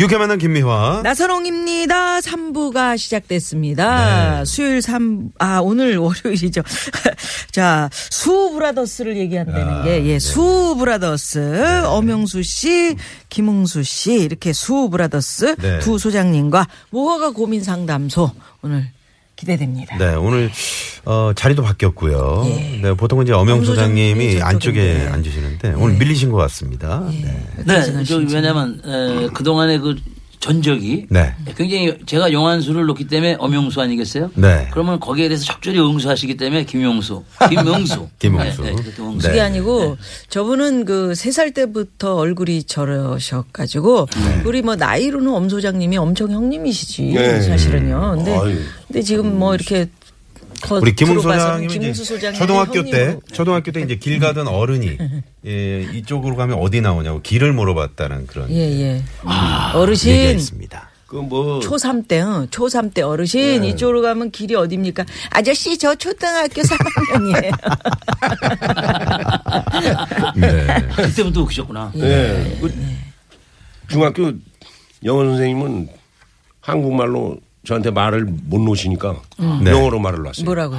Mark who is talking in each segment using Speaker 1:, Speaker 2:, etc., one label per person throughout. Speaker 1: 유쾌만한 김미화.
Speaker 2: 나선홍입니다. 3부가 시작됐습니다.
Speaker 1: 네.
Speaker 2: 수요일 3, 아, 오늘 월요일이죠. 자, 수브라더스를 얘기한다는
Speaker 1: 아,
Speaker 2: 게,
Speaker 1: 네.
Speaker 2: 예, 수브라더스. 엄영수 씨, 김흥수 씨, 이렇게 수브라더스
Speaker 1: 네.
Speaker 2: 두 소장님과 모허가 고민 상담소 오늘 기대됩니다.
Speaker 1: 네, 오늘 어, 자리도 바뀌었고요. 네, 보통은 이제 엄영
Speaker 2: 엄
Speaker 1: 소장님이
Speaker 2: 소장님이 예. 저쪽인데. 네. 예.
Speaker 1: 안쪽에 앉으시는데 오늘 밀리신 것 같습니다. 네.
Speaker 3: 네, 저 왜냐면 에, 그동안의 그 전적이
Speaker 1: 네.
Speaker 3: 굉장히 제가 용한수를 놓기 때문에 엄용수 아니겠어요?
Speaker 1: 네.
Speaker 3: 그러면 거기에 대해서 적절히 응수하시기 때문에 김용수, 김용수,
Speaker 1: 김용수.
Speaker 3: 네, 네, 그것도 응수.
Speaker 1: 네.
Speaker 2: 그게 아니고 저분은 그 세 살 때부터 얼굴이 저러셔가지고
Speaker 1: 네.
Speaker 2: 우리 뭐 나이로는 엄 소장님이 엄청 형님이시지 사실은요. 근데 근데 지금 뭐 이렇게 거-
Speaker 1: 음. 우리 김웅
Speaker 2: 들어봐서는
Speaker 1: 소장님
Speaker 2: 김웅수 음. 소장님
Speaker 1: 초등학교 때 초등학교 때 이제 길 가던 어른이 예, 이쪽으로 가면 어디 나오냐고 길을 물어봤다는 그런
Speaker 2: 예예
Speaker 1: 아, 얘기가
Speaker 2: 어르신
Speaker 1: 있습니다.
Speaker 2: 초삼 때 응. 초삼 때 어르신
Speaker 1: 네.
Speaker 2: 이쪽으로 가면 길이 어딥니까 아저씨 저 초등학교 3학년이에요.
Speaker 1: 네.
Speaker 3: 그때부터 웃기셨구나.
Speaker 4: 예. 그 중학교 영어 선생님은 한국말로 저한테 말을 못 놓으시니까
Speaker 1: 네.
Speaker 4: 영어로 말을 놨어요.
Speaker 2: 뭐라고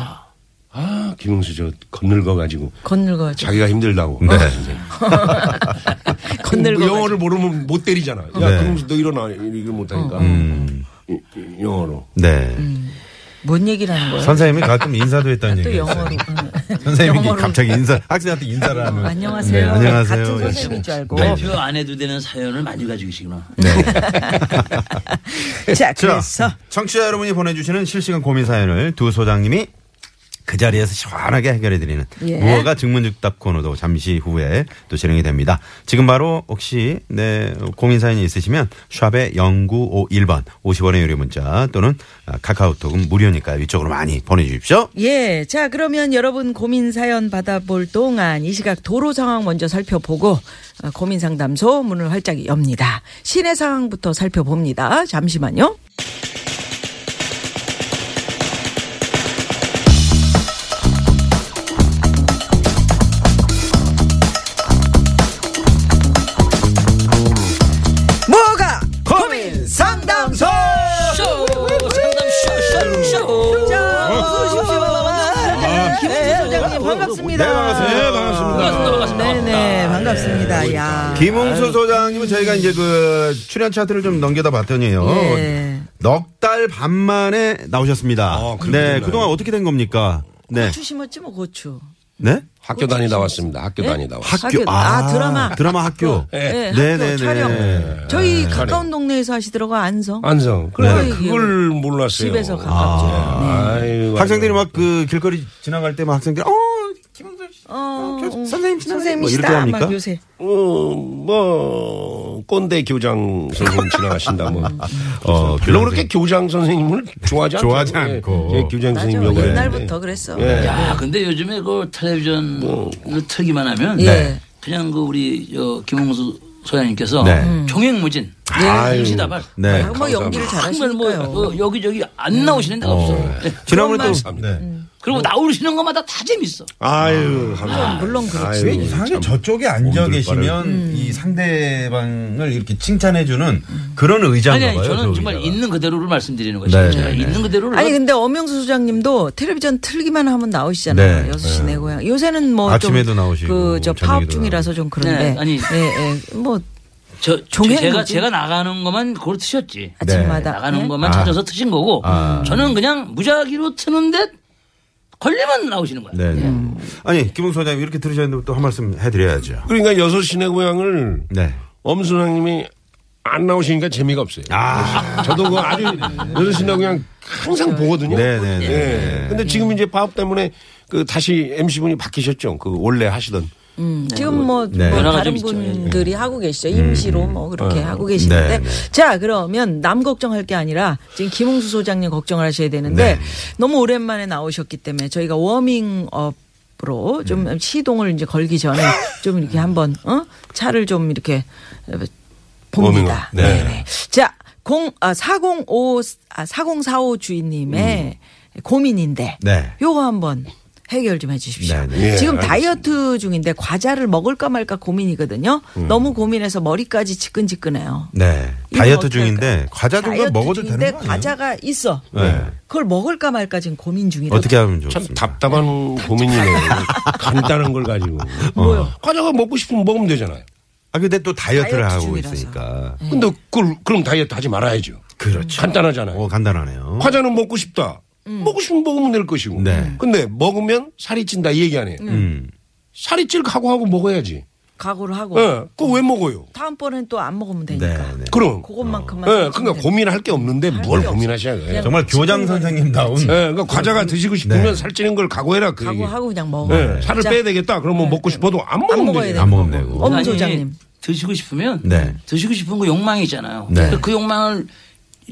Speaker 4: 아, 김용수 저 건늙어 가지고
Speaker 2: 건늙어 지
Speaker 4: 자기가 힘들다고.
Speaker 1: 네.
Speaker 4: 아, 선생님. 그
Speaker 2: 건늙어
Speaker 4: 영어를 모르면 못 때리잖아. 야,
Speaker 1: 네. 음.
Speaker 4: 김용수 너 일어나. 이걸 못 하니까. 이- 이- 영어로.
Speaker 1: 네.
Speaker 2: 뭔 얘기를 하는 거야?
Speaker 1: 선생님이 가끔 인사도 했다는
Speaker 2: 음. 또
Speaker 1: 얘기.
Speaker 2: 영어로
Speaker 1: 있어요.
Speaker 2: 응.
Speaker 1: 선생님이
Speaker 2: 영어로. 어,
Speaker 1: 갑자기 인사 학생한테 인사를 하면
Speaker 2: 안녕하세요.
Speaker 1: 네, 안녕하세요.
Speaker 2: 같은
Speaker 1: 이렇게.
Speaker 2: 선생님인 줄 알고.
Speaker 1: 네.
Speaker 3: 발표 안 해도 되는 사연을 많이 가지고 계시구나.
Speaker 2: 자,
Speaker 1: 자,
Speaker 2: 그래서
Speaker 1: 청취자 여러분이 보내주시는 실시간 고민 사연을 두 소장님이 그 자리에서 시원하게 해결해 드리는
Speaker 2: 예.
Speaker 1: 무허가 증문즉답 코너도 잠시 후에 또 진행이 됩니다. 지금 바로 혹시 네 고민 사연이 있으시면 샵의 0951번 50원의 유료 문자 또는 아, 카카오톡은 무료니까 이쪽으로 많이 보내주십시오.
Speaker 2: 예, 자 그러면 여러분 고민 사연 받아볼 동안 이 시각 도로 상황 먼저 살펴보고 어, 고민 상담소 문을 활짝 엽니다. 시내 상황부터 살펴봅니다. 잠시만요. 뭐가
Speaker 1: 고민 상담소.
Speaker 2: 자, 어서 오십시오. 네,
Speaker 1: 아,
Speaker 2: 김은수 소장님
Speaker 1: 네, 반갑습니다.
Speaker 2: 반갑습니다.
Speaker 1: 네, 반갑습니다. 어,
Speaker 2: 반갑습니다. 네네 반갑습니다. 야.
Speaker 1: 김홍수 소장님은 저희가 이제 그 출연 차트를 좀 넘겨다 봤더니요.
Speaker 2: 예.
Speaker 1: 넉 달 반 만에 나오셨습니다.
Speaker 4: 아, 그렇게
Speaker 1: 네,
Speaker 4: 됐나요?
Speaker 1: 그동안 어떻게 된 겁니까? 네.
Speaker 2: 고추 심었지 뭐 고추.
Speaker 1: 네?
Speaker 4: 학교
Speaker 2: 어,
Speaker 4: 다니다 왔습니다.
Speaker 2: 네?
Speaker 4: 학교 다니다 왔어요.
Speaker 1: 학교.
Speaker 2: 학교. 아, 드라마.
Speaker 1: 드라마 학교.
Speaker 2: 네,
Speaker 1: 네,
Speaker 2: 학교
Speaker 1: 네,
Speaker 2: 촬영.
Speaker 1: 네. 아,
Speaker 2: 저희 가까운 동네에서 하시더라고 안성.
Speaker 4: 안성. 그래,
Speaker 2: 네.
Speaker 4: 그걸 몰랐어요. 아,
Speaker 2: 집에서 가깝죠.
Speaker 4: 아유,
Speaker 1: 학생들이 막 그 길거리 지나갈 때 막 학생들이 어, 김홍수 씨.
Speaker 2: 어,
Speaker 1: 저-
Speaker 2: 어,
Speaker 1: 선생님 지나가세요. 아, 뭐 이렇게
Speaker 2: 선생님이시다.
Speaker 1: 합니까?
Speaker 2: 막 요새.
Speaker 4: 어, 뭐 꼰대 교장 선생님 지나가신다 뭐.
Speaker 1: 어,
Speaker 4: 별로 그렇게 교장 선생님을 좋아하지 않고.
Speaker 1: 좋아하지 않고.
Speaker 4: 예, 예, 교장
Speaker 2: 맞아.
Speaker 4: 선생님 역을
Speaker 1: 네.
Speaker 2: 옛날부터 그랬어.
Speaker 3: 야, 근데 요즘에 그 텔레비전을 틀기만 하면
Speaker 2: 네.
Speaker 3: 그냥 그 우리 저 김홍수 소장님께서
Speaker 1: 네.
Speaker 2: 음.
Speaker 3: 종횡무진,
Speaker 1: 아유.
Speaker 3: 임시다발
Speaker 1: 네.
Speaker 2: 뭐 연기를
Speaker 3: 정말 뭐
Speaker 2: 잘하시니까요.
Speaker 3: 어, 여기저기 안 나오시는 데가 없어요. 네.
Speaker 1: 지난번에 또
Speaker 4: 그런
Speaker 1: 네.
Speaker 3: 그리고 나오시는 것마다 다 재밌어.
Speaker 4: 아유,
Speaker 2: 물론 그렇죠. 그렇지.
Speaker 1: 왜 이상하게 저쪽에 앉아 계시면 이 상대방을 이렇게 칭찬해주는 그런 의자인가
Speaker 3: 아니,
Speaker 1: 봐요.
Speaker 3: 아니 저는
Speaker 1: 그
Speaker 3: 정말
Speaker 1: 의자가.
Speaker 3: 있는 그대로를 말씀드리는 것이죠.
Speaker 1: 네,
Speaker 3: 제가
Speaker 1: 네, 네.
Speaker 3: 있는 그대로를
Speaker 2: 아니 근데 엄영수 소장님도 텔레비전 틀기만 하면 나오시잖아요.
Speaker 1: 네.
Speaker 2: 여섯 시 내 고향. 요새는 뭐
Speaker 1: 아침에도 나오시고, 저녁에도
Speaker 2: 그저
Speaker 1: 네.
Speaker 2: 파업중이라서 좀 그런데.
Speaker 3: 네, 아니.
Speaker 2: 예, 예. 뭐
Speaker 3: 저, 저
Speaker 2: 종횡무진.
Speaker 3: 제가 제가 나가는 것만 그걸 트셨지.
Speaker 2: 아침마다
Speaker 3: 나가는
Speaker 2: 예?
Speaker 3: 것만
Speaker 1: 아.
Speaker 3: 찾아서 트신 거고
Speaker 1: 아.
Speaker 3: 저는 그냥 무작위로 트는데 걸리면 나오시는 거예요.
Speaker 1: 네. 네. 아니 김웅 소장님 이렇게 들으셨는데 또 한 말씀 해드려야죠.
Speaker 4: 그러니까 여섯 시내 고향을
Speaker 1: 네.
Speaker 4: 엄순왕님이 안 나오시니까 재미가 없어요.
Speaker 1: 아,
Speaker 4: 저도 그 아주 여섯 시내 고향
Speaker 2: 네.
Speaker 4: 항상 보거든요.
Speaker 1: 네네네.
Speaker 4: 예. 근데 지금 이제 파업 때문에 그 다시 MC분이 바뀌셨죠. 그 원래 하시던
Speaker 2: 음, 지금 뭐,
Speaker 1: 네.
Speaker 2: 뭐
Speaker 3: 변화가
Speaker 2: 다른
Speaker 3: 좀 있죠. 예. 아.
Speaker 2: 분들이 하고 계시죠. 임시로 뭐 그렇게 하고
Speaker 1: 네,
Speaker 2: 계시는데.
Speaker 1: 네.
Speaker 2: 자, 그러면 남 걱정할 게 아니라 지금 김홍수 소장님 걱정을 하셔야 되는데
Speaker 1: 네.
Speaker 2: 너무 오랜만에 나오셨기 때문에 저희가 워밍업 으로 좀 시동을 이제 걸기 전에 좀 이렇게 한번 어? 차를 좀 이렇게 봅니다.
Speaker 4: 워밍업. 네.
Speaker 2: 네네. 자, 0, 아, 405, 아, 4045 주인님의 고민인데
Speaker 1: 네.
Speaker 2: 요거 한번 해결 좀 해주십시오.
Speaker 1: 네, 네.
Speaker 4: 예,
Speaker 2: 지금
Speaker 4: 알겠습니다.
Speaker 2: 다이어트 중인데 과자를 먹을까 말까 고민이거든요.
Speaker 1: 음.
Speaker 2: 너무 고민해서 머리까지 지끈지끈해요.
Speaker 1: 네.
Speaker 2: 이거
Speaker 1: 다이어트
Speaker 2: 어떡할까요?
Speaker 1: 중인데 과자
Speaker 2: 다이어트
Speaker 1: 종류 먹어도 되는
Speaker 2: 중인데
Speaker 1: 거 아니에요?
Speaker 2: 과자가 있어.
Speaker 1: 네.
Speaker 2: 그걸 먹을까 말까 지금 고민 중이라고.
Speaker 1: 어떻게 하면 좋습니까?
Speaker 4: 참 답답한 고민이네요. 간단한 걸 가지고. 어.
Speaker 2: 뭐요?
Speaker 4: 과자가 먹고 싶으면 먹으면 되잖아요.
Speaker 1: 아 근데 또 다이어트를
Speaker 2: 다이어트
Speaker 1: 하고
Speaker 2: 중이라서.
Speaker 1: 있으니까.
Speaker 4: 근데 그걸, 그럼 다이어트 하지 말아야죠.
Speaker 1: 그렇죠.
Speaker 4: 간단하잖아요.
Speaker 1: 오 간단하네요.
Speaker 4: 과자는 먹고 싶다. 먹고 싶으면 먹으면 될 것이고.
Speaker 1: 네.
Speaker 4: 근데 먹으면 살이 찐다 이 얘기 아니에요.
Speaker 1: 음.
Speaker 4: 살이 찔하고 하고 먹어야지.
Speaker 2: 각오를 하고
Speaker 4: 예. 그거 왜 먹어요?
Speaker 2: 다음번엔 또 안 먹으면
Speaker 1: 네.
Speaker 2: 되니까.
Speaker 1: 네. 어.
Speaker 4: 그럼.
Speaker 2: 그것만큼만.
Speaker 4: 예.
Speaker 2: 생각하면
Speaker 4: 그러니까 고민할 게 없는데 뭘 고민하셔야 돼요.
Speaker 2: 그냥
Speaker 1: 정말 교장 선생님다운
Speaker 4: 예. 그러니까 과자가 드시고 싶으면
Speaker 1: 네.
Speaker 4: 살찌는 걸 각오해라 그 얘기.
Speaker 2: 각오하고 그냥 먹어.
Speaker 4: 예. 살을
Speaker 2: 진짜.
Speaker 4: 빼야 되겠다. 그러면 먹고 싶어도 안 먹으면
Speaker 2: 먹어야
Speaker 4: 되죠.
Speaker 2: 돼요.
Speaker 1: 안 먹으면 되고.
Speaker 2: 엄
Speaker 3: 아니,
Speaker 2: 소장님.
Speaker 3: 드시고 싶으면
Speaker 1: 네.
Speaker 3: 드시고 싶은 거 욕망이잖아요.
Speaker 1: 네.
Speaker 3: 근데 그 욕망을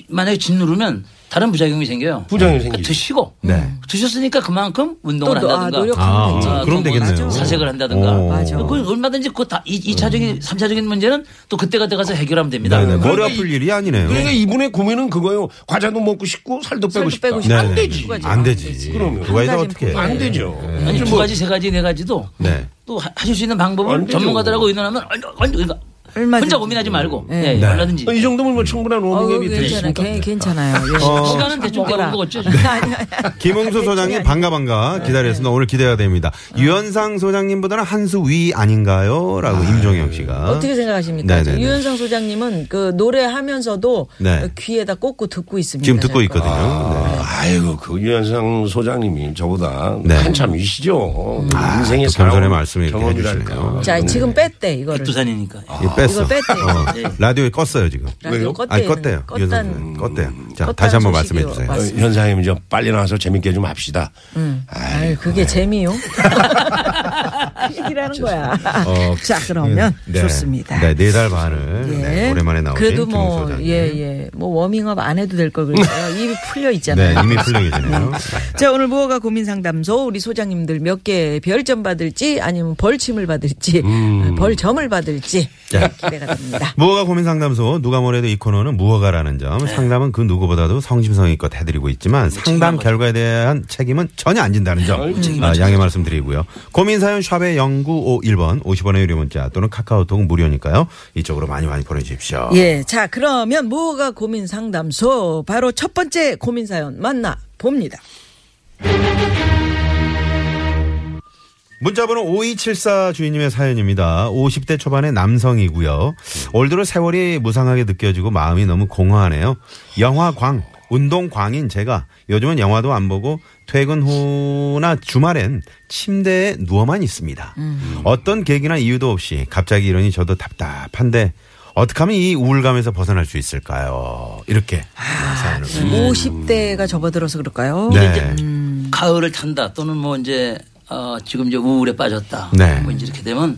Speaker 3: 만약에 짓누르면 다른 부작용이 생겨요.
Speaker 4: 부작용이
Speaker 3: 그러니까
Speaker 4: 생기죠.
Speaker 3: 드시고
Speaker 1: 네.
Speaker 3: 드셨으니까 그만큼 운동을
Speaker 2: 또 노- 아,
Speaker 3: 한다든가
Speaker 2: 노력하면
Speaker 1: 아,
Speaker 2: 되죠.
Speaker 1: 아, 그럼
Speaker 3: 그런 거
Speaker 1: 되겠네요.
Speaker 3: 맞아. 사색을 한다든가.
Speaker 1: 오. 음.
Speaker 2: 맞아.
Speaker 3: 그건 얼마든지 그거 다 이- 이차적인 삼차적인 문제는 또 그때가 돼가서 해결하면 됩니다.
Speaker 1: 네, 네. 머리
Speaker 4: 그러니까
Speaker 1: 아플
Speaker 4: 이-
Speaker 1: 일이 아니네요.
Speaker 4: 그러니까 이분의 고민은 그거예요. 과자도 먹고 싶고 살도
Speaker 2: 살도
Speaker 4: 빼고 싶다.
Speaker 2: 빼고
Speaker 1: 네,
Speaker 2: 싶다.
Speaker 1: 네.
Speaker 4: 안 되지.
Speaker 1: 안 되지.
Speaker 4: 그럼요.
Speaker 1: 두 가지는 네.
Speaker 2: 한
Speaker 1: 어떻게? 해요?
Speaker 2: 가지는
Speaker 4: 안 되죠.
Speaker 3: 아니 두
Speaker 4: 뭐-
Speaker 3: 가지 세 가지 네 가지도
Speaker 1: 네.
Speaker 3: 또 하- 하실 수 있는
Speaker 4: 안
Speaker 3: 방법을
Speaker 4: 되죠.
Speaker 3: 전문가들하고 의논하면 얼- 얼- 그러니까
Speaker 2: 얼마든지.
Speaker 3: 혼자 고민하지 말고
Speaker 2: 네.
Speaker 3: 예,
Speaker 1: 네.
Speaker 3: 얼마든지
Speaker 4: 이 정도면 뭐 충분한 워밍업이
Speaker 2: 어, 괜찮아요.
Speaker 4: 되십니까?
Speaker 2: 괜- 괜찮아요. 예.
Speaker 3: 시간은 대충
Speaker 2: 먹어라.
Speaker 3: 깨운 거겠죠.
Speaker 1: 네.
Speaker 2: 아니, 아니.
Speaker 1: 어.
Speaker 2: 아,
Speaker 1: 김홍수 소장님 반가 반가 기다렸습니다. 오늘 기대가 됩니다. 유현상 소장님보다는 한 수 위 아닌가요?라고 임종영 씨가
Speaker 2: 어떻게 생각하십니까?
Speaker 1: 네네네.
Speaker 2: 유현상 소장님은 그 노래하면서
Speaker 1: 네.
Speaker 2: 귀에다 꽂고 듣고 있습니다.
Speaker 1: 지금 듣고
Speaker 2: 자꾸.
Speaker 1: 있거든요. 네.
Speaker 4: 아이고 그 유현상 소장님이 저보다
Speaker 1: 네. 음.
Speaker 4: 한참이시죠. 음, 인생의
Speaker 1: 또 겸손의
Speaker 4: 살아온
Speaker 1: 말씀을 이렇게
Speaker 4: 경험이랄까.
Speaker 1: 해주시네요.
Speaker 2: 자,
Speaker 4: 네.
Speaker 2: 지금 뺐대 이거를.
Speaker 3: 백두산이니까.
Speaker 1: 이거 뺐어.
Speaker 2: 이걸 뺐대요.
Speaker 1: 어,
Speaker 3: 네.
Speaker 1: 라디오에 껐어요 지금.
Speaker 2: 라디오 껐대요.
Speaker 1: 아니 껐대요.
Speaker 2: 껐다는-
Speaker 1: 유현상 소장님 네, 껐대요. 자
Speaker 2: 껐다는
Speaker 1: 다시 한번 말씀해
Speaker 2: 소식이요.
Speaker 1: 주세요.
Speaker 4: 어,
Speaker 2: 맞-
Speaker 4: 현상님 좀 빨리 나와서 재밌게 좀 합시다.
Speaker 2: 아유,
Speaker 1: 네.
Speaker 2: 그게 재미요. 이라는 거야.
Speaker 1: 어,
Speaker 2: 자, 그러면 좋습니다. 예.
Speaker 1: 네, 네 달 반을 네, 오랜만에 나오신
Speaker 2: 그래도
Speaker 1: 김홍수
Speaker 2: 뭐,
Speaker 1: 소장님.
Speaker 2: 예, 예. 뭐, 워밍업 안 해도 될 걸 그랬어요. 입이 풀려
Speaker 1: 네,
Speaker 2: 있잖아요.
Speaker 1: 이미 풀려계시네요.
Speaker 2: 자, 오늘 무허가 고민 상담소 우리 소장님들 몇 개 별점 받을지 아니면 벌침을 받을지
Speaker 1: 음.
Speaker 2: 벌점을 받을지 기대가 됩니다.
Speaker 1: 무허가 고민 상담소 누가 뭐래도 이 코너는 무허가라는 점
Speaker 2: 네.
Speaker 1: 상담은 그 누구보다도 성심성의껏 해드리고
Speaker 2: 뭐
Speaker 1: 있지만 상담 결과에 대한 책임은 전혀 안 진다는 점 아, 양해 말씀드리고요 고민 사연 샵의 0951번 50원의 유료 문자 또는 카카오톡은 무료니까요 이쪽으로 많이 많이 보내주십시오
Speaker 2: 예. 자, 그러면 무허가 고민 상담소 바로 첫 번째 고민 사연 만나 봅니다.
Speaker 1: 문자번호 5274 주인님의 사연입니다. 50대 초반의 남성이고요. 올 들어 세월이 무상하게 느껴지고 마음이 너무 공허하네요. 영화광, 운동광인 제가 요즘은 영화도 안 보고 퇴근 후나 주말엔 침대에 누워만 있습니다.
Speaker 3: 음.
Speaker 1: 어떤 계기나 이유도 없이 갑자기 이러니 저도 답답한데 어떻게 하면 이 우울감에서 벗어날 수 있을까요? 이렇게
Speaker 3: 아,
Speaker 1: 사연을 보내주셨습니다.
Speaker 2: 50대가 접어들어서 그럴까요?
Speaker 1: 음. 네.
Speaker 3: 음.
Speaker 2: 음.
Speaker 3: 가을을 탄다 또는 뭐 이제 어, 지금 이제 우울에 빠졌다
Speaker 1: 네.
Speaker 3: 뭐 이제 이렇게 되면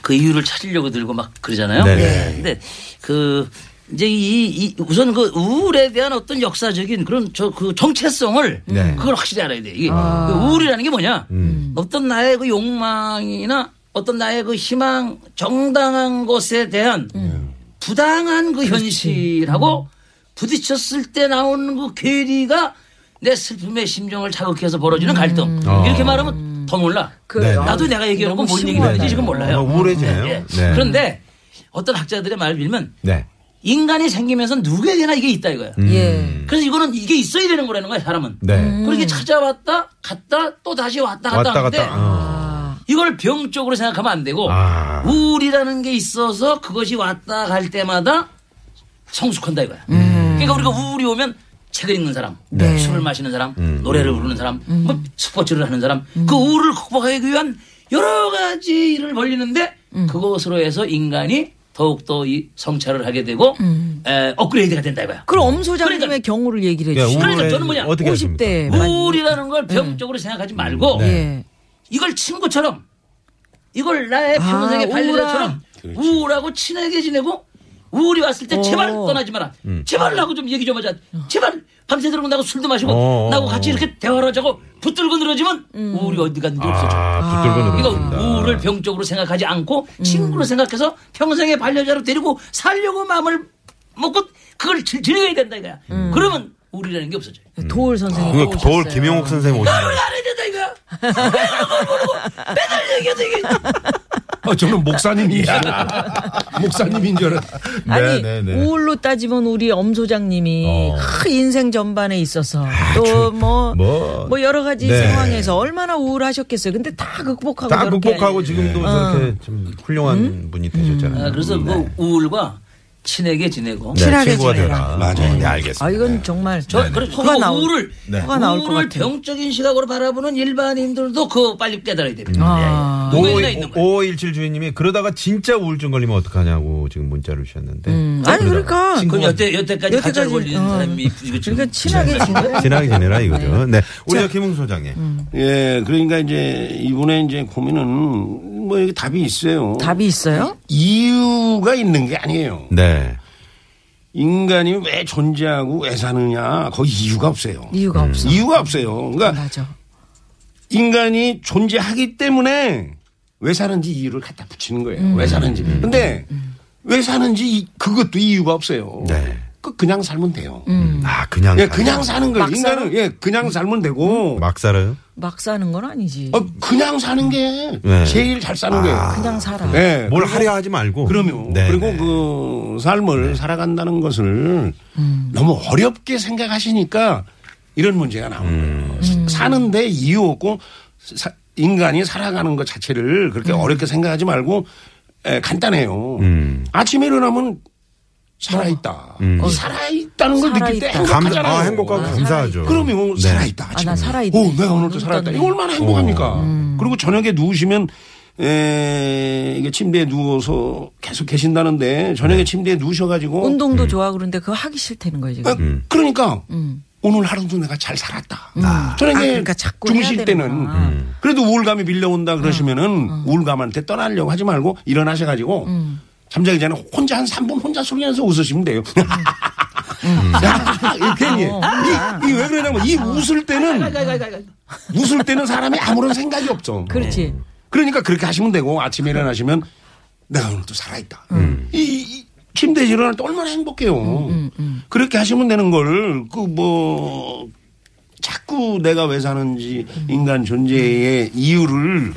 Speaker 3: 그 이유를 찾으려고 들고 막 그러잖아요.
Speaker 1: 네. 네.
Speaker 3: 근데 그 이제 이, 이 우선 그 우울에 대한 어떤 역사적인 그런 저 그 정체성을
Speaker 1: 네. 음.
Speaker 3: 그걸 확실히 알아야 돼. 이게 그 우울이라는 게 뭐냐? 어떤 나의 그 욕망이나 어떤 나의 그 희망 정당한 것에 대한
Speaker 1: 음. 네.
Speaker 3: 부당한 그 현실하고 부딪혔을 때 나오는 그 괴리가 내 슬픔의 심정을 자극해서 벌어지는 갈등.
Speaker 1: 아.
Speaker 3: 이렇게 말하면 더 몰라.
Speaker 1: 네.
Speaker 3: 나도 내가 얘기하는 건
Speaker 2: 너무
Speaker 3: 뭔
Speaker 2: 심오하다.
Speaker 3: 얘기인지 지금 몰라요.
Speaker 1: 어, 우울해지네요.
Speaker 3: 예.
Speaker 1: 네.
Speaker 3: 그런데 어떤 학자들의 말을 빌면
Speaker 1: 네.
Speaker 3: 인간이 생기면서 누구에게나 이게 있다 이거야.
Speaker 2: 예.
Speaker 3: 그래서 이거는 이게 있어야 되는 거라는 거야 사람은.
Speaker 1: 음. 네.
Speaker 3: 그렇게 찾아왔다 갔다 또 다시 왔다 갔다
Speaker 1: 왔다
Speaker 3: 하는데
Speaker 1: 갔다. 어.
Speaker 3: 이걸 병적으로 생각하면 안 되고
Speaker 1: 아.
Speaker 3: 우울이라는 게 있어서 그것이 왔다 갈 때마다 성숙한다 이거야. 그러니까 우리가 우울이 오면 책을 읽는 사람, 술을 마시는 사람, 노래를 부르는 사람, 뭐 스포츠를 하는 사람, 그 우울을 극복하기 위한 여러 가지 일을 벌리는데 그것으로 해서 인간이 더욱더 이 성찰을 하게 되고 에, 업그레이드가 된다 이거야.
Speaker 2: 그럼 엄 소장님의
Speaker 3: 그러니까-
Speaker 2: 경우를 얘기를
Speaker 1: 야,
Speaker 2: 해주시죠.
Speaker 3: 그러니까
Speaker 1: 네, 우울해-
Speaker 3: 저는 뭐냐,
Speaker 1: 어떻게 하십니까?
Speaker 2: 50대. 만-
Speaker 1: 네.
Speaker 2: 네.
Speaker 3: 우울이라는 걸 병적으로 생각하지 말고
Speaker 2: 예.
Speaker 3: 이걸 친구처럼 이걸 나의 평생의 반려자처럼 우울하고 친하게 지내고 우울이 왔을 때 제발 떠나지 마라.
Speaker 1: 음.
Speaker 3: 제발 나하고 좀 얘기 좀 하자. 제발 밤새도록 나하고 술도 마시고
Speaker 1: 어, 어,
Speaker 3: 나하고
Speaker 1: 어.
Speaker 3: 같이 이렇게 대화를 하자고 붙들고 늘어지면 우울이 어디 갔는지 없어져.
Speaker 1: 아, 붙들고 늘어진다.
Speaker 3: 그러니까 우울을 병적으로 생각하지 않고 친구로 생각해서 평생의 반려자로 데리고 살려고 마음을 먹고 그걸 즐- 즐겨야 된다 이거야. 그러면 우울이라는 게 없어져요.
Speaker 2: 도울 선생님.
Speaker 1: 그러니까 돌 김영옥 선생님 오셨네요.
Speaker 3: 알아야 된다 이거야. 맨날 얘기해도 이게
Speaker 4: 아, 저는 목사님인 줄 알았- 목사님인 줄 알았.
Speaker 2: 아니
Speaker 1: 네, 네.
Speaker 2: 우울로 따지면 우리 엄 소장님이
Speaker 1: 어. 아,
Speaker 2: 그 인생 전반에 있어서 또 뭐 뭐
Speaker 1: 뭐.
Speaker 2: 여러 가지
Speaker 1: 네.
Speaker 2: 상황에서 얼마나 우울하셨겠어요. 근데 다 극복하고
Speaker 1: 다
Speaker 2: 저렇게 음.
Speaker 1: 극복하고 지금도 저렇게 좀 훌륭한 분이 되셨잖아요.
Speaker 3: 아, 그래서
Speaker 1: 네.
Speaker 3: 뭐 우울과 친하게 지내고
Speaker 1: 네,
Speaker 2: 친하게
Speaker 1: 친구가
Speaker 2: 지내라.
Speaker 1: 되라.
Speaker 4: 맞아요.
Speaker 1: 어, 네, 알겠습니다. 네,
Speaker 2: 아 이건 정말
Speaker 3: 저 그래
Speaker 2: 화가
Speaker 3: 그
Speaker 2: 나올 네.
Speaker 3: 우울을
Speaker 2: 화가 네. 나올 것
Speaker 3: 우울을
Speaker 2: 같아요.
Speaker 3: 병적인 시각으로 바라보는 일반인들도 그거 빨리 깨달아야 됩니다.
Speaker 2: 아.
Speaker 3: 누구나 있는 거예요.
Speaker 1: 5517 주인님이 그러다가 진짜 우울증 걸리면 어떡하냐고 지금 문자를 주셨는데.
Speaker 2: 음, 아니 그러니까
Speaker 3: 그럼 여태 여태까지
Speaker 2: 여태까지,
Speaker 3: 가짜를 걸리는
Speaker 2: 어.
Speaker 3: 사람이 이거 지금
Speaker 2: 그러니까 친하게
Speaker 1: 네.
Speaker 2: 지내.
Speaker 1: 지나게 되느라 이거죠. 네. 우리가 김웅 소장님.
Speaker 2: 음.
Speaker 4: 예, 그러니까 이제 이분의 이제 고민은 뭐 이게 답이 있어요.
Speaker 2: 답이 있어요?
Speaker 4: 이유가 있는 게 아니에요.
Speaker 1: 네.
Speaker 4: 인간이 왜 존재하고 왜 사느냐 거기 이유가 없어요.
Speaker 1: 음.
Speaker 2: 이유가 없어.
Speaker 4: 이유가 없어요. 그러니까
Speaker 2: 맞아.
Speaker 4: 인간이 존재하기 때문에 왜 사는지 이유를 갖다 붙이는 거예요.
Speaker 2: 음.
Speaker 4: 왜 사는지. 근데 왜 사는지 이- 그것도 이유가 없어요.
Speaker 1: 네.
Speaker 4: 그 그냥 살면 돼요.
Speaker 1: 아, 그냥.
Speaker 4: 예,
Speaker 1: 살아요.
Speaker 4: 그냥 사는 거예요.
Speaker 2: 음. 막
Speaker 4: 인간은 예, 그냥 살면 되고
Speaker 1: 음. 막 살아요?
Speaker 2: 막 사는 건 아니지.
Speaker 4: 어, 그냥 사는 게
Speaker 1: 네.
Speaker 4: 제일 잘 사는 거예요.
Speaker 2: 그냥 살아.
Speaker 4: 예.
Speaker 1: 뭘 하려 하지 말고.
Speaker 4: 그럼요.
Speaker 1: 네,
Speaker 4: 그리고
Speaker 1: 네.
Speaker 4: 그 삶을 살아간다는 것을
Speaker 2: 음.
Speaker 4: 너무 어렵게 생각하시니까 이런 문제가 나오는 거예요.
Speaker 1: 음.
Speaker 4: 사- 사는데 이유 없고 사- 인간이 살아가는 것 자체를
Speaker 2: 네.
Speaker 4: 그렇게 어렵게 생각하지 말고 에, 간단해요.
Speaker 1: 음.
Speaker 4: 아침에 일어나면 살아있다. 이 살아있다는 걸 느낄 때
Speaker 2: 살아있다.
Speaker 1: 감사,
Speaker 4: 행복하잖아요.
Speaker 1: 아, 행복하고 감사하죠.
Speaker 4: 그럼요.
Speaker 1: 네.
Speaker 4: 살아있다.
Speaker 2: 아,
Speaker 4: 아침에.
Speaker 2: 나 음. 살아있다.
Speaker 4: 오, 내가 오늘도
Speaker 2: 눈
Speaker 4: 살아있다.
Speaker 2: 떴네.
Speaker 4: 이거 얼마나 행복합니까? 그리고 저녁에 누우시면 에, 이게 침대에 누워서 계속 계신다는데 저녁에 침대에
Speaker 1: 뭐,
Speaker 4: 누우셔가지고
Speaker 1: 음.
Speaker 2: 운동도 좋아 그런데 그거 하기 싫다는 거예요
Speaker 4: 아,
Speaker 1: 어.
Speaker 2: 지금.
Speaker 4: 그러니까 오늘 하루도 내가 잘 살았다. 저녁에
Speaker 2: 음. 아, 그러니까 자꾸 해야
Speaker 4: 주무실 때는
Speaker 2: 되는구나. 음.
Speaker 4: 그래도 우울감이 밀려온다 그러시면은 우울감한테 떠나려고 하지 말고 일어나셔가지고 잠자기 전에 혼자 한 3분 혼자 소리내면서 웃으시면 돼요.
Speaker 2: 음.
Speaker 4: 야, 이렇게
Speaker 2: 어,
Speaker 4: 이왜 그러냐면 이 웃을
Speaker 2: 아,
Speaker 4: 때는 웃을 때는 사람이 아무런 생각이 없죠.
Speaker 2: 그렇지.
Speaker 4: 그러니까 그렇게 하시면 되고 아침에 일어나시면 내가 오늘 또 살아있다.
Speaker 1: 음.
Speaker 4: 이, 이 침대에 일어날 때 얼마나 행복해요.
Speaker 1: 음.
Speaker 4: 그렇게 하시면 되는 걸, 그 뭐, 자꾸 내가 왜 사는지
Speaker 1: 음.
Speaker 4: 인간 존재의 이유를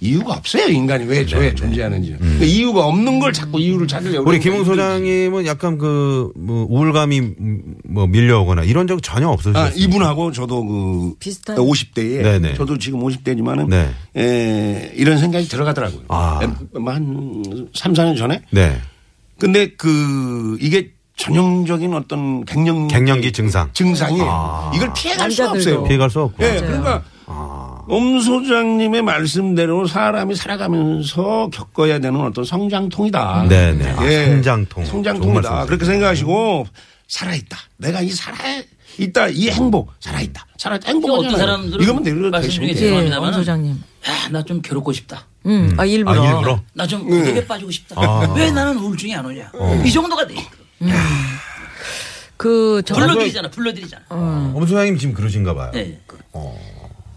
Speaker 4: 이유가 없어요. 인간이 왜, 왜 존재하는지. 그 이유가 없는 걸 자꾸 이유를 찾으려고.
Speaker 1: 네, 음. 우리
Speaker 4: 그러는
Speaker 1: 김웅
Speaker 4: 거예요.
Speaker 1: 소장님은 약간 그, 뭐, 우울감이 음, 뭐, 밀려오거나 이런 적 전혀
Speaker 4: 아,
Speaker 1: 없으셨어요.
Speaker 4: 이분하고 저도 그
Speaker 2: 비슷한-
Speaker 4: 50대에
Speaker 1: 네네.
Speaker 4: 저도 지금 50대지만은
Speaker 1: 네.
Speaker 4: 에, 이런 생각이 들어가더라고요.
Speaker 1: 아.
Speaker 4: 에, 한 3, 4년 전에
Speaker 1: 네.
Speaker 4: 근데 그 이게 전형적인 어떤 갱년
Speaker 1: 갱년기 증상. 아.
Speaker 4: 증상이 이걸 피해갈 수가
Speaker 2: 남자들도.
Speaker 4: 없어요.
Speaker 1: 피해갈 수 없고.
Speaker 4: 예, 그러니까
Speaker 1: 아.
Speaker 4: 엄 소장님의 말씀대로 사람이 살아가면서 겪어야 되는 어떤 성장통이다. 예.
Speaker 1: 네네. 아, 성장통. 정말
Speaker 4: 성장통이다.
Speaker 1: 성장통.
Speaker 4: 그렇게 생각하시고 살아있다. 내가 이 살아 있다 이 행복 살아있다 살아있다 행복
Speaker 3: 어떤 사람들은
Speaker 4: 이거면 되는
Speaker 3: 말씀 중에
Speaker 2: 예,
Speaker 4: 되시면
Speaker 3: 제일-
Speaker 4: 요
Speaker 2: 엄 소장님.
Speaker 3: 나 좀 괴롭고 싶다.
Speaker 2: 음, 아 일부러.
Speaker 1: 아, 일부러?
Speaker 3: 나 좀 고독에 빠지고 싶다. 왜 나는 우울증이 안 오냐? 이 정도가 돼.
Speaker 2: 그 정말
Speaker 3: 불러들이잖아, 불러들이잖아.
Speaker 4: 음.
Speaker 1: 엄 소장님 지금 그러신가 봐요.
Speaker 3: 네.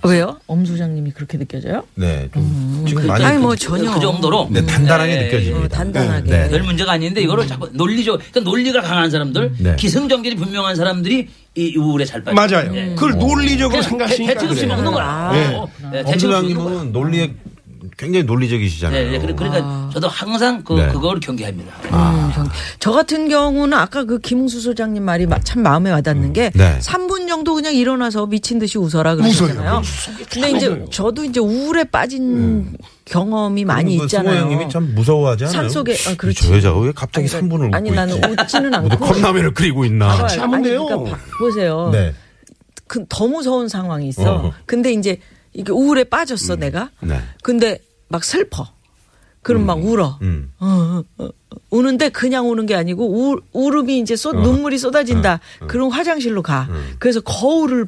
Speaker 2: 왜요? 엄 소장님이 그렇게 느껴져요?
Speaker 1: 네. 좀 지금 많이.
Speaker 2: 아니 뭐
Speaker 1: 좀-
Speaker 2: 전혀.
Speaker 3: 그 정도로
Speaker 1: 네, 단단하게
Speaker 3: 네,
Speaker 1: 느껴집니다.
Speaker 2: 어, 단단하게.
Speaker 1: 네.
Speaker 3: 별 문제가 아닌데 이거를 자꾸 논리적, 그러니까 논리가 강한 사람들,
Speaker 1: 네.
Speaker 3: 기승전결이 분명한 사람들이 이 우울에 잘 빠져.
Speaker 4: 맞아요.
Speaker 1: 어.
Speaker 4: 그걸 논리적으로 생각하시니까
Speaker 3: 대책 없이
Speaker 4: 그래요. 아.
Speaker 3: 먹는 거라. 어, 네,
Speaker 1: 엄
Speaker 3: 대책 없이 먹는 거야.
Speaker 1: 소장님은 논리에 굉장히 논리적이시잖아요.
Speaker 3: 네, 네, 그래- 그러니까 저도 항상 그,
Speaker 1: 네. 아.
Speaker 3: 그걸 경계합니다.
Speaker 2: 음, 경- 저 같은 경우는 아까 그 김웅수 소장님 말이 마- 참 마음에 와닿는 게
Speaker 1: 네.
Speaker 2: 3분 정도 그냥 일어나서 미친 듯이 웃어라 그러잖아요. 근데 이제 저도 이제 우울에 빠진 경험이 많이
Speaker 1: 음. 그 승호
Speaker 2: 있잖아요.
Speaker 1: 형님이 참 무서워하지 않아요?
Speaker 2: 산속에- 아, 그렇지.
Speaker 1: 저 여자가 왜 갑자기
Speaker 2: 아니,
Speaker 1: 삼분을 웃고
Speaker 2: 아니,
Speaker 1: 있지?
Speaker 2: 나는 웃지는
Speaker 1: 모두
Speaker 2: 않고.
Speaker 1: 컵라면을 끓이고 있나?
Speaker 2: 봐봐요.
Speaker 4: 하면
Speaker 2: 아니,
Speaker 4: 돼요.
Speaker 2: 그러니까 봐- 보세요.
Speaker 1: 네.
Speaker 2: 그, 더 무서운 상황이 있어.
Speaker 1: 어.
Speaker 2: 근데 이제 이게 우울에 빠졌어 내가.
Speaker 1: 네.
Speaker 2: 근데 막 슬퍼. 그럼 막 울어.
Speaker 1: 음.
Speaker 2: 어, 어, 어. 우는데 그냥 우는 게 아니고 우, 울음이 이제 쏟, 눈물이 쏟아진다. 그럼 화장실로 가. 그래서 거울을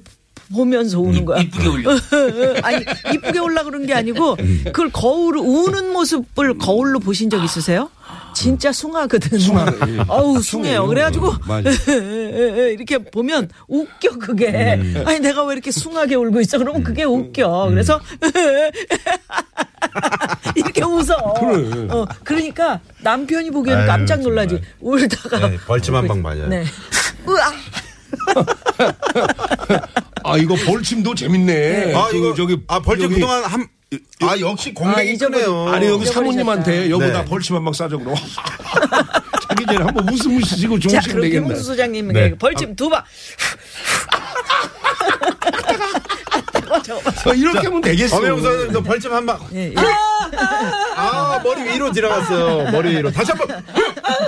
Speaker 2: 보면서 우는 거야.
Speaker 3: 이쁘게 울려.
Speaker 2: 아니 이쁘게 올라 그런 게 아니고 그걸 거울 우는 모습을 거울로 보신 적 있으세요? 진짜 숭하거든.
Speaker 4: 숭하네.
Speaker 2: 어우 숭해요. 그래가지고
Speaker 4: 맞아.
Speaker 2: 이렇게 보면 웃겨 그게. 아니 내가 왜 이렇게 숭하게 울고 있어? 그러면 그게 웃겨. 그래서 이렇게 웃어.
Speaker 4: 그래.
Speaker 2: 어, 그러니까 남편이 보기에는
Speaker 1: 아유,
Speaker 2: 깜짝 놀라지.
Speaker 1: 정말.
Speaker 2: 울다가
Speaker 1: 네, 벌침 한 방 맞아요.
Speaker 2: 네. 으아.
Speaker 4: 아 이거 벌침도 재밌네.
Speaker 1: 아,
Speaker 4: 그
Speaker 1: 이거
Speaker 4: 저기
Speaker 1: 아, 벌집
Speaker 4: 여기-
Speaker 1: 그동안 한,
Speaker 4: 아 역시
Speaker 2: 아,
Speaker 4: 공백이
Speaker 2: 잊어버리-
Speaker 1: 크네요.
Speaker 4: 아니 여기
Speaker 2: 잊어버리셨다.
Speaker 4: 사모님한테 여보다
Speaker 1: 네.
Speaker 4: 벌침 한 방 싸줘 그럼 자기 전에 한번 웃음 쉬시고
Speaker 2: 자,
Speaker 4: 주무시면
Speaker 2: 그럼
Speaker 4: 되겠네.
Speaker 2: 김홍수 소장님
Speaker 1: 네.
Speaker 2: 네. 벌침 두 방.
Speaker 4: 어, 이렇게 하면 되겠어.
Speaker 1: 엄영선 선생님, 너 벌집 한 방.
Speaker 2: 예, 예.
Speaker 1: 아, 머리 위로 지나갔어요. 머리 위로. 다시 한 번.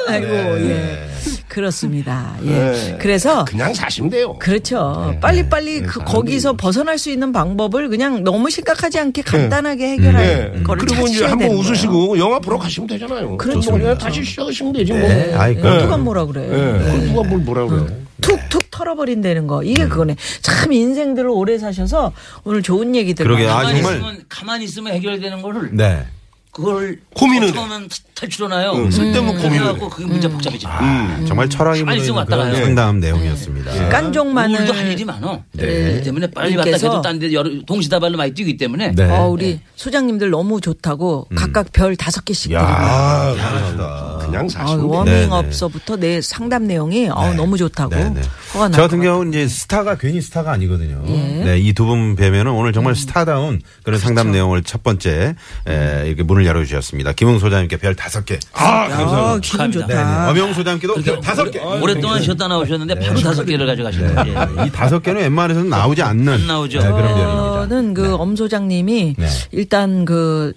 Speaker 2: 아이고,
Speaker 1: 네.
Speaker 2: 예. 그렇습니다. 예.
Speaker 4: 네.
Speaker 2: 그래서
Speaker 4: 그냥 사시면 돼요.
Speaker 2: 그렇죠. 빨리빨리 그 거기서 벗어날 수 있는 방법을 그냥 너무 심각하지 않게 간단하게
Speaker 4: 예.
Speaker 2: 해결할 거를
Speaker 4: 그리고 이제
Speaker 2: 찾으셔야
Speaker 4: 한번
Speaker 2: 되는 거예요.
Speaker 4: 웃으시고 영화 보러 가시면 되잖아요.
Speaker 2: 그렇죠.
Speaker 4: 그냥 다시 시작하시면 되지 뭐.
Speaker 1: 아이, 그럼
Speaker 2: 그러니까 누가 뭐라 그래. 네.
Speaker 4: 예. 그걸 누가 뭘 뭐라 그래.
Speaker 2: 툭툭 털어버린다는 거. 이게 그거네. 참 인생들을 오래 사셔서 오늘 좋은 얘기들.
Speaker 1: 그러게요. 아,
Speaker 2: 많이
Speaker 3: 가만히
Speaker 1: 정말.
Speaker 3: 있으면 가만히 있으면 해결되는 거를
Speaker 1: 네.
Speaker 3: 그걸
Speaker 4: 고민을
Speaker 3: 어떻게 하면 탈출하나요?
Speaker 4: 쓸데없는 고민을 음.
Speaker 3: 그래갖고 그게 문제 복잡해지죠.
Speaker 1: 음. 아, 정말 철학이
Speaker 3: 빨리
Speaker 1: 묻어있는
Speaker 3: 쓰고 왔다
Speaker 1: 그런
Speaker 3: 가요.
Speaker 1: 상담 내용이었습니다.
Speaker 2: 깐종만을
Speaker 3: 우울도 할 일이 많어.
Speaker 1: 네.
Speaker 3: 그렇기 때문에 빨리 왔다
Speaker 2: 님께서
Speaker 3: 가도 딴데 동시다발로 많이 뛰기 때문에
Speaker 1: 네.
Speaker 2: 어, 우리 소장님들 너무 좋다고
Speaker 1: 음.
Speaker 2: 각각 별 다섯 개씩 드리고
Speaker 4: 아, 그냥
Speaker 2: 아,
Speaker 4: 사시면 돼요.
Speaker 2: 워밍업서부터 내 상담 내용이 어, 너무 좋다고
Speaker 1: 네, 네.
Speaker 2: 허가
Speaker 1: 저 같은
Speaker 2: 나고
Speaker 1: 경우는 이제 스타가 괜히 스타가 아니거든요. 네, 이 두 분 뵈면은 오늘 정말 스타다운 음. 그런 상담 내용을 첫 번째 에, 이렇게 문을 열어주셨습니다. 김웅 소장님께 별 다섯 개, 네,
Speaker 4: 아, 감사합니다.
Speaker 2: 아, 기분
Speaker 3: 축하합니다.
Speaker 2: 좋다.
Speaker 1: 엄영 소장님께도 별 다섯 개.
Speaker 3: 그
Speaker 1: 아, 네.
Speaker 3: 오랫동안 쉬었다 나오셨는데 바로 다섯 개를 가져가신 거예요.
Speaker 1: 이 다섯 개는 웬만해서는 나오지 않는
Speaker 3: 안 나오죠.
Speaker 1: 네, 그런 별입니다.
Speaker 2: 저는 그 엄 소장님이
Speaker 1: 네.
Speaker 2: 일단 그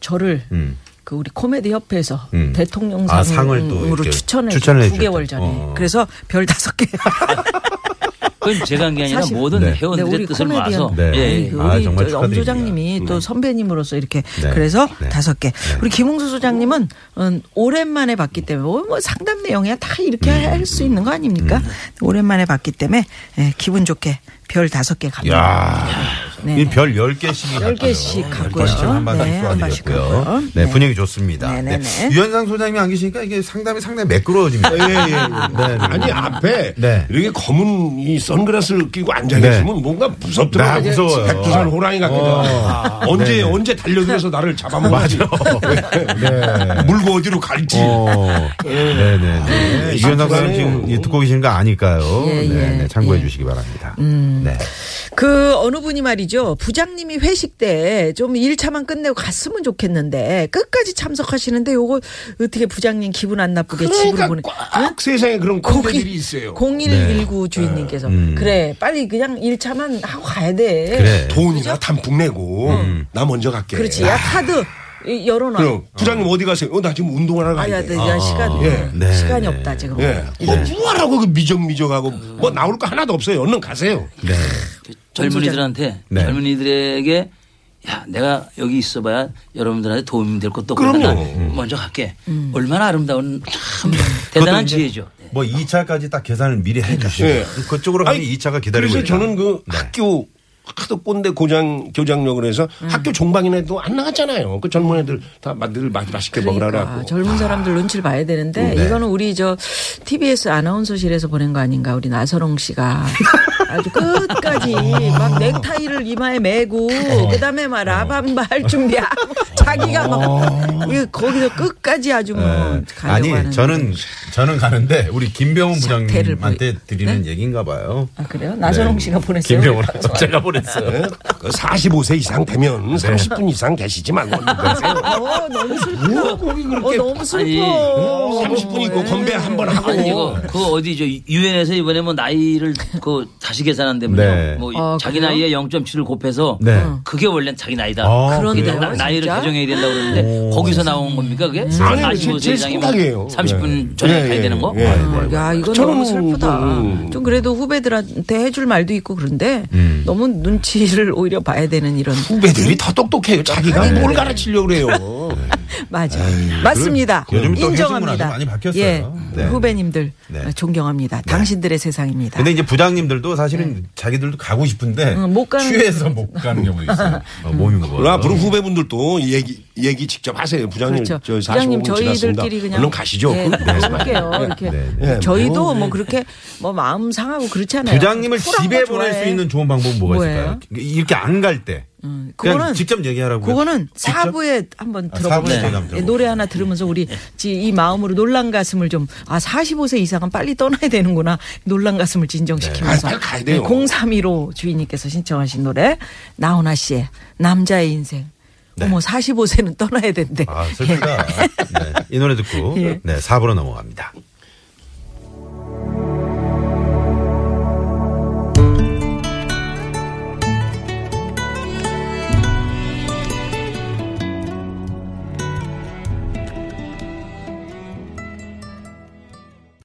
Speaker 2: 저를
Speaker 1: 음.
Speaker 2: 그 우리 코미디 협회에서
Speaker 1: 음.
Speaker 2: 대통령상으로
Speaker 1: 아, 상을 또 이렇게
Speaker 2: 추천을
Speaker 1: 추천을
Speaker 2: 두 개월
Speaker 1: 해주셨다.
Speaker 2: 전에
Speaker 1: 어.
Speaker 2: 그래서 별 다섯 개
Speaker 3: 그건 제가 한 게 아니라
Speaker 2: 사실은.
Speaker 3: 모든
Speaker 1: 네.
Speaker 2: 네,
Speaker 3: 회원들의
Speaker 2: 우리
Speaker 3: 뜻을
Speaker 2: 코미디언
Speaker 3: 모아서
Speaker 1: 네.
Speaker 3: 예,
Speaker 2: 아니,
Speaker 3: 예.
Speaker 2: 그
Speaker 1: 아,
Speaker 2: 우리
Speaker 1: 정말
Speaker 2: 저 엄
Speaker 1: 축하드립니다.
Speaker 2: 소장님이 또 선배님으로서 이렇게
Speaker 1: 네.
Speaker 2: 그래서
Speaker 1: 네.
Speaker 2: 다섯 개 우리 김홍수 소장님은 음, 오랜만에 봤기 때문에 뭐, 뭐 상담 내용이야 다 이렇게
Speaker 1: 음.
Speaker 2: 할 수 있는 거 아닙니까 오랜만에 봤기 때문에 예, 기분 좋게 별 다섯 개 갑니다
Speaker 4: 아,
Speaker 1: 야.
Speaker 2: 네.
Speaker 1: 이 별 10개씩이
Speaker 2: 열 개씩 갖고요.
Speaker 1: 음, 한
Speaker 2: 네,
Speaker 1: 바씩
Speaker 2: 한 바씩
Speaker 1: 쏘아드렸고요.
Speaker 2: 갖고요.
Speaker 1: 네,
Speaker 2: 네.
Speaker 1: 분위기 좋습니다.
Speaker 2: 네, 네,
Speaker 1: 네.
Speaker 2: 네.
Speaker 1: 유현상 소장님이 안 계시니까 이게 상담이 상당히 매끄러워집니다.
Speaker 4: 예, 예, 예.
Speaker 1: 네, 네.
Speaker 4: 아니 앞에
Speaker 1: 네.
Speaker 4: 이렇게 검은 이 선글라스를 끼고 앉아 계시면 뭔가
Speaker 1: 나
Speaker 4: 무섭더라고요.
Speaker 1: 무서워요.
Speaker 4: 백두산 호랑이 같기도
Speaker 1: 어.
Speaker 4: 하고. 언제 언제 달려들어서 나를 잡아먹지 네. 물고 어디로 갈지.
Speaker 1: 어. 네네.
Speaker 4: 아, 예.
Speaker 1: 네. 유현상 소장님 지금 이 듣고 계시는 거 아니까요.
Speaker 2: 예,
Speaker 1: 네,
Speaker 2: 예,
Speaker 1: 네. 참고해
Speaker 2: 예. 음.
Speaker 1: 주시기 바랍니다. 네.
Speaker 2: 그 어느 분이 말이죠. 부장님이 회식 때 좀 1차만 끝내고 갔으면 좋겠는데 끝까지 참석하시는데 요거 어떻게 부장님 기분 안 나쁘게 집으로
Speaker 4: 그러니까
Speaker 2: 보내.
Speaker 4: 꽉 세상에 그런 고객들이 있어요.
Speaker 1: 네.
Speaker 2: 0119 주인님께서 그래 빨리 그냥 1차만 하고 가야 돼.
Speaker 1: 음. 그래.
Speaker 4: 돈이나 단풍 내고 나 먼저 갈게.
Speaker 2: 음. 그렇지. 야 카드 이- 열어놔.
Speaker 4: 그럼 부장님 어디 가세요? 어, 나 지금
Speaker 2: 아,
Speaker 4: 운동하러
Speaker 2: 야,
Speaker 4: 가야
Speaker 2: 내
Speaker 4: 돼.
Speaker 2: 야, 시간
Speaker 4: 예.
Speaker 1: 네,
Speaker 2: 시간이
Speaker 1: 네.
Speaker 2: 없다 지금.
Speaker 4: 예. 뭐 뭐하라고 그 미적미적하고 뭐 나올 거 하나도 없어요. 얼른 가세요.
Speaker 1: 네.
Speaker 3: 젊은이들한테
Speaker 1: 네.
Speaker 3: 젊은이들에게 야 내가 여기 있어봐야 여러분들한테 도움이 될 것도 없고
Speaker 4: 그럼요.
Speaker 3: 나 먼저 갈게
Speaker 2: 음.
Speaker 3: 얼마나 아름다운
Speaker 1: 네.
Speaker 3: 참 대단한 지혜죠 네.
Speaker 1: 뭐 2차까지 딱 계산을 미리 해 주시고
Speaker 4: 예.
Speaker 1: 그쪽으로 가면
Speaker 4: 아니,
Speaker 1: 2차가 기다리고
Speaker 4: 그래서
Speaker 1: 있다.
Speaker 4: 저는 그
Speaker 1: 네.
Speaker 4: 학교 하도 꼰대 고장 교장역을 해서
Speaker 2: 음.
Speaker 4: 학교 종방이나도 안 나갔잖아요. 그 젊은 애들 다 만들 마- 맛있게
Speaker 2: 그러니까
Speaker 4: 먹으라고. 네.
Speaker 2: 젊은 사람들 눈치를 봐야 되는데 이거는 우리 저 TBS 아나운서실에서 보낸 거 아닌가 우리 나선홍 씨가 아주 끝까지 막 넥타이를 이마에 매고 그다음에 막
Speaker 4: 어.
Speaker 2: 라밤바 할 준비하고 자기가 막그 이거 거기서 끝까지 아주
Speaker 4: 그
Speaker 2: 뭐
Speaker 1: 네.
Speaker 2: 가려고 하는
Speaker 1: 아니 저는 저는 가는데 우리 김병훈
Speaker 2: 삭태를 네?
Speaker 1: 부장님한테 드리는 얘기인가 봐요.
Speaker 2: 아 그래요? 나선홍
Speaker 1: 네.
Speaker 2: 씨가 보냈어요.
Speaker 1: 김병훈 제가 보냈어요.
Speaker 4: 예? 그 45세 이상 되면 30분 이상 계시지 말고
Speaker 2: 네. 어 너무 슬퍼.
Speaker 4: 뭐 거기
Speaker 2: 어
Speaker 4: 그렇게 어,
Speaker 2: 너무 슬퍼. 네.
Speaker 3: 아니,
Speaker 4: 30분 있고 건배 한 번 하고
Speaker 3: 아니 이거 그 어디 저 유엔에서 이번에 뭐 나이를 그 다시 계산한다면요
Speaker 1: 네.
Speaker 3: 뭐
Speaker 2: 아,
Speaker 3: 자기
Speaker 2: 그래요?
Speaker 3: 나이에 0.7을 곱해서
Speaker 1: 네.
Speaker 3: 그게 원래는 자기 나이다
Speaker 1: 아,
Speaker 3: 그게
Speaker 2: 그러네요,
Speaker 3: 나, 나이를
Speaker 2: 진짜?
Speaker 3: 개정해야 된다고 그러는데 거기서 나온 겁니까 그게
Speaker 4: 음. 아니요,
Speaker 3: 45세
Speaker 4: 제- 제
Speaker 3: 이상이면
Speaker 4: 생각이에요.
Speaker 3: 30분
Speaker 4: 예.
Speaker 3: 전에
Speaker 4: 예,
Speaker 3: 가야
Speaker 4: 예,
Speaker 3: 되는 거
Speaker 4: 예.
Speaker 2: 아. 야, 이건
Speaker 4: 저는
Speaker 2: 너무 슬프다.
Speaker 4: 뭐,
Speaker 2: 좀 그래도 후배들한테 해줄 말도 있고 그런데
Speaker 4: 음.
Speaker 2: 너무 눈치를 오히려 봐야 되는 이런. 네.
Speaker 4: 후배들이 더 똑똑해요. 자기가 뭘 가르치려고 그래요.
Speaker 2: 맞아. 맞습니다.
Speaker 1: 그래, 요즘 또
Speaker 2: 인정합니다.
Speaker 1: 회식 문화도 많이 바뀌었어요.
Speaker 2: 예.
Speaker 1: 네.
Speaker 2: 후배님들
Speaker 1: 네.
Speaker 2: 존경합니다. 당신들의 세상입니다.
Speaker 1: 근데 이제 부장님들도 사실은 자기들도 가고 싶은데
Speaker 2: 응, 못 가는 아,
Speaker 1: 취해서 못 가는 경우도 있어요. 어, 몸이 무거워.
Speaker 4: 그러나 부른 후배분들도 이 얘기 얘기 직접 하세요. 부장님
Speaker 2: 그렇죠.
Speaker 4: 저 45분
Speaker 2: 부장님
Speaker 4: 지났습니다.
Speaker 2: 저희들끼리 그냥
Speaker 4: 얼른 가시죠.
Speaker 2: 예, 그럴게요. 이렇게
Speaker 1: 네,
Speaker 4: 네.
Speaker 2: 저희도 뭐 그렇게 뭐 마음 상하고 그렇잖아요.
Speaker 1: 부장님을
Speaker 2: 네. 쿨한
Speaker 1: 집에
Speaker 2: 거
Speaker 1: 보낼
Speaker 2: 좋아해.
Speaker 1: 수 있는 좋은 방법은 뭐가
Speaker 2: 뭐예요?
Speaker 1: 있을까요? 이렇게 안 갈 때.
Speaker 2: 음,
Speaker 1: 그냥
Speaker 2: 그거는
Speaker 1: 직접 얘기하라고.
Speaker 2: 그거는
Speaker 1: 직접?
Speaker 2: 사부에 한번
Speaker 1: 아, 사부에 네.
Speaker 2: 들어봅시다.
Speaker 1: 제가 한번
Speaker 2: 예, 노래
Speaker 1: 들어볼게요.
Speaker 2: 하나 들으면서 우리 지- 이 마음으로 놀란 가슴을 좀 아 45세 이상은 빨리 떠나야 되는구나 놀란 가슴을 진정시키면서
Speaker 4: 네. 아, 빨리 가야 돼요.
Speaker 2: 0315 주인님께서 신청하신 노래 나훈아 씨의 남자의 인생.
Speaker 1: 네.
Speaker 2: 어머 45세는 떠나야 된대.
Speaker 1: 아, 슬프다. 네, 이 노래 듣고
Speaker 2: 예.
Speaker 1: 네, 4부로 넘어갑니다.